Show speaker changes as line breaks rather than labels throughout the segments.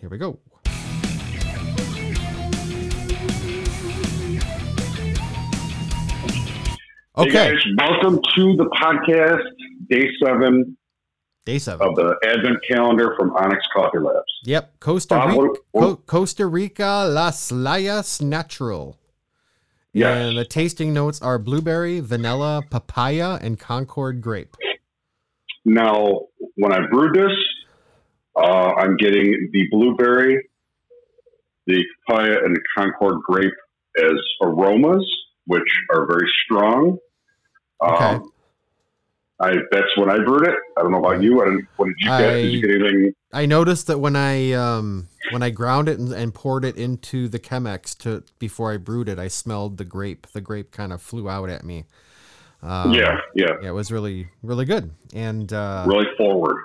Here we go.
Hey
Okay,
guys, welcome to the podcast, day seven
day seven.
of the Advent calendar from Onyx Coffee Labs.
Yep, Costa
Bob,
Rica,
what- what-
Co- Costa Rica Las Layas Natural.
Yes.
And the tasting notes are blueberry, vanilla, papaya, and Concord grape.
Now, when I brewed this, uh, I'm getting the blueberry, the papaya, and the Concord grape as aromas, which are very strong.
Okay.
Um, I that's when I brewed it. I don't know about you. I didn't, what did you get? did you
I-
get anything?
I noticed that when I um, when I ground it and, and poured it into the Chemex to before I brewed it, I smelled the grape. The grape kind of flew out at me. Um,
yeah, yeah.
yeah, it was really really good. And uh,
Really forward.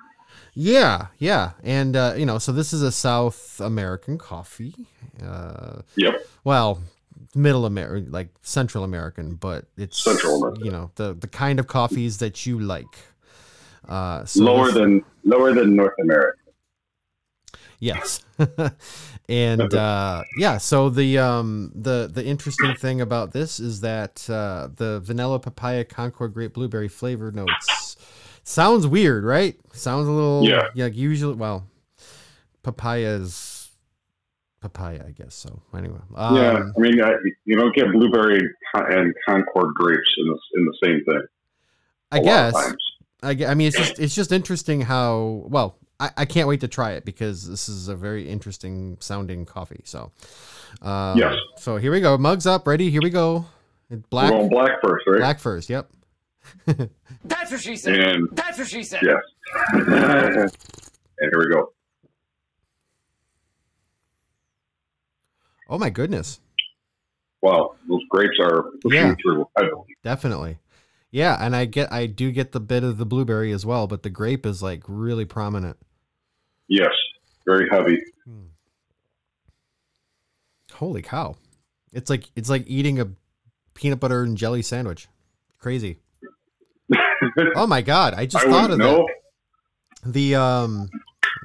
yeah, yeah, and uh, you know, so this is a South American coffee. Uh,
Yep.
well middle american like central american but it's
Central American.
you know the the kind of coffees that you like uh so
Lower
this-
than lower than North America.
yes and
Uh-huh.
uh yeah so the um the the interesting thing about this is that uh the vanilla papaya concord grape blueberry flavor notes sounds weird right sounds a little
Yeah.
yeah usually well papaya's papaya i guess so anyway um,
yeah, I mean, I, you don't get blueberry and Con- and Concord grapes in the, in the same thing.
i
a lot of
guess
times.
I, g- I mean, it's just it's just interesting how well I, I can't wait to try it because this is a very interesting sounding coffee. So, um,
Yes.
So here we go. Mugs up, ready? Here we go. It- Black,
We're going black first, right?
black first. Yep.
That's what she said.
And
That's what she said.
yes, and here we go.
Oh my goodness,
Wow, those grapes are pushing
Yeah.
through. I believe.
definitely. Yeah, and I get I do get the bit of the blueberry as well, but the grape is like really prominent.
Yes, very heavy.
Holy cow! It's like it's like eating a peanut butter and jelly sandwich. Crazy. oh my god! I just
I
thought
wouldn't
of that.
know.
the um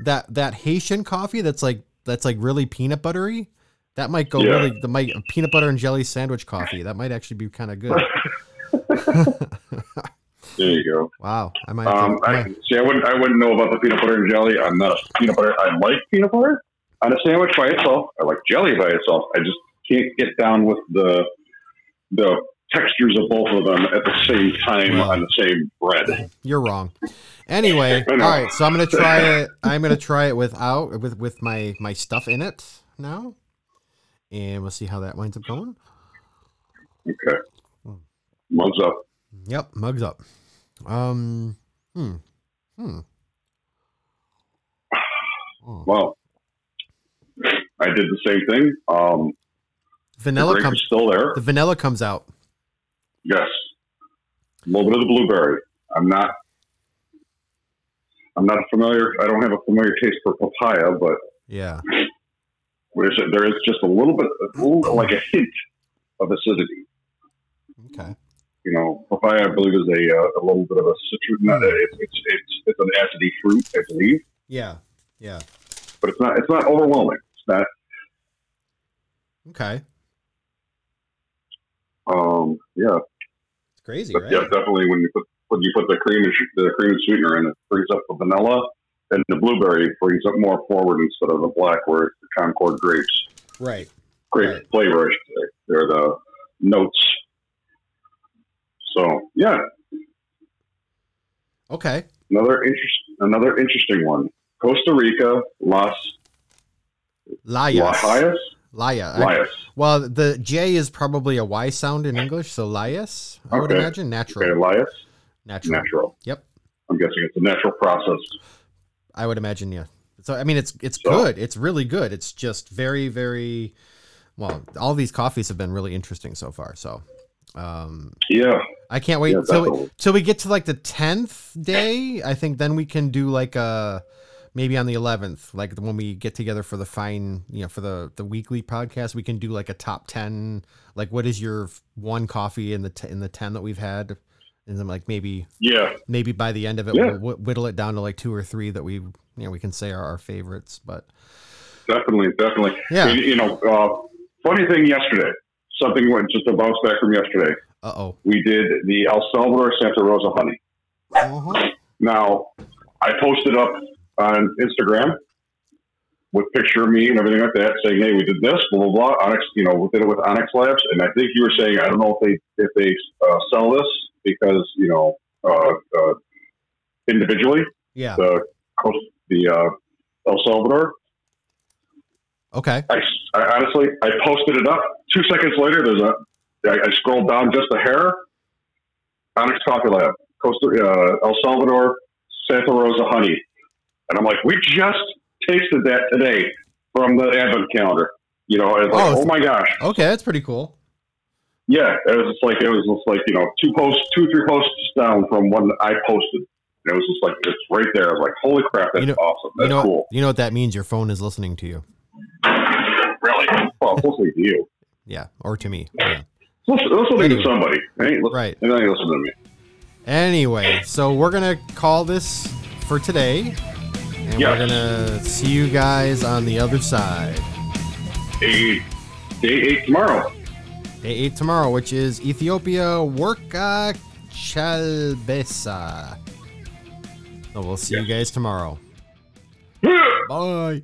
that that Haitian coffee that's like that's like really peanut buttery. That might go
Yeah.
really the might peanut butter and jelly sandwich coffee. That might actually be kind of good.
There you go.
wow, I might. have
Um,
to-
I,
might-
see, I wouldn't. I wouldn't know about the peanut butter and jelly. I'm not a peanut butter. I like peanut butter on a sandwich by itself. I like jelly by itself. I just can't get down with the the textures of both of them at the same time
Well.
on the same bread.
you're wrong. Anyway,
I
all
know.
right. So I'm gonna try it. I'm gonna try it without with with my my stuff in it now, and we'll see how that winds up going.
Okay.
Hmm.
One's up.
Yep, mugs up. Um, hmm, hmm. Oh.
Wow. I did the same thing. Um, the
Vanilla
grape
comes.
is still there.
The vanilla comes out.
Yes. A little bit of the blueberry. I'm not. I'm not familiar. I don't have a familiar taste for papaya, but
Yeah.
There's there is just a little bit, a little, like a hint of acidity.
Okay.
You know, papaya, I believe, is a, uh, a little bit of a citrus. Not a,
Hmm.
it's, it's it's it's an acidy fruit, I believe,
Yeah. Yeah.
but it's not it's not overwhelming. It's not.
Okay.
Um, yeah,
It's crazy,
but
right?
yeah, definitely when you put when you put the cream and sh- the cream and sweetener in, it brings up the vanilla, and the blueberry brings up more forward instead of the black, where it's the Concord grapes,
Right.
grape
Right.
flavor. I should say. They're the notes. So yeah,
Okay.
Another interest, another interesting one. Costa Rica, Las
Lias.
Lajas,
Laya. Ah, I-
Lajas.
Well, the J is probably a Y sound in English, so Lias, I would
Okay.
imagine. Natural.
Okay, Lajas,
Natural.
natural.
Yep.
I'm guessing it's a natural process.
I would imagine, yeah. So I mean it's it's
So-
good. It's really good. It's just very, very well, all these coffees have been really interesting so far. So um
Yeah,
I can't wait
yeah,
till we,
definitely.
till we get to like the tenth day. I think then we can do like a maybe on the eleventh, like when we get together for the fine, you know, for the the weekly podcast, we can do like a top ten. Like, what is your f- one coffee in the t- in the ten that we've had? And then like maybe
yeah,
maybe by the end of it,
Yeah.
we'll wh- whittle it down to like two or three that we you know we can say are our favorites. But
definitely, definitely.
Yeah.
And, you know, uh, funny thing yesterday, something went just a bounce back from yesterday.
Uh oh.
We did the El Salvador Santa Rosa honey.
Uh-huh.
Now, I posted up on Instagram with picture of me and everything like that, saying, "Hey, we did this, blah blah blah." Onyx, you know, we did it with Onyx Labs, and I think you were saying, I don't know if they if they uh, sell this because you know uh, uh, individually
Yeah.
the coast, the uh, El Salvador.
Okay.
I, I honestly, I posted it up. Two seconds later, there's a. I, I scrolled down just a hair. Onyx Coffee Lab, Costa, uh, El Salvador, Santa Rosa honey, and I'm like, we just tasted that today from the advent calendar. You know, it's like,
Oh, it's-
oh my gosh,
Okay, that's pretty cool.
yeah. It was just like it was just like you know, two posts, two three posts down from one I posted. And it was just like it's right there. I was like, holy crap, that's
You know-
awesome. That's
you know,
cool.
you know what that means? Your phone is listening to you.
Really? Well, it's listening to you.
Yeah, or to me. Yeah.
It's listen- it's listening to somebody. It ain't listen-
Right.
It ain't listening to me.
Anyway, so we're gonna call this for today, and
Yeah.
we're gonna see you guys on the other side.
Hey, day eight tomorrow.
Day eight tomorrow, which is Ethiopia Worka Chalbesa. So we'll see you guys tomorrow. Bye.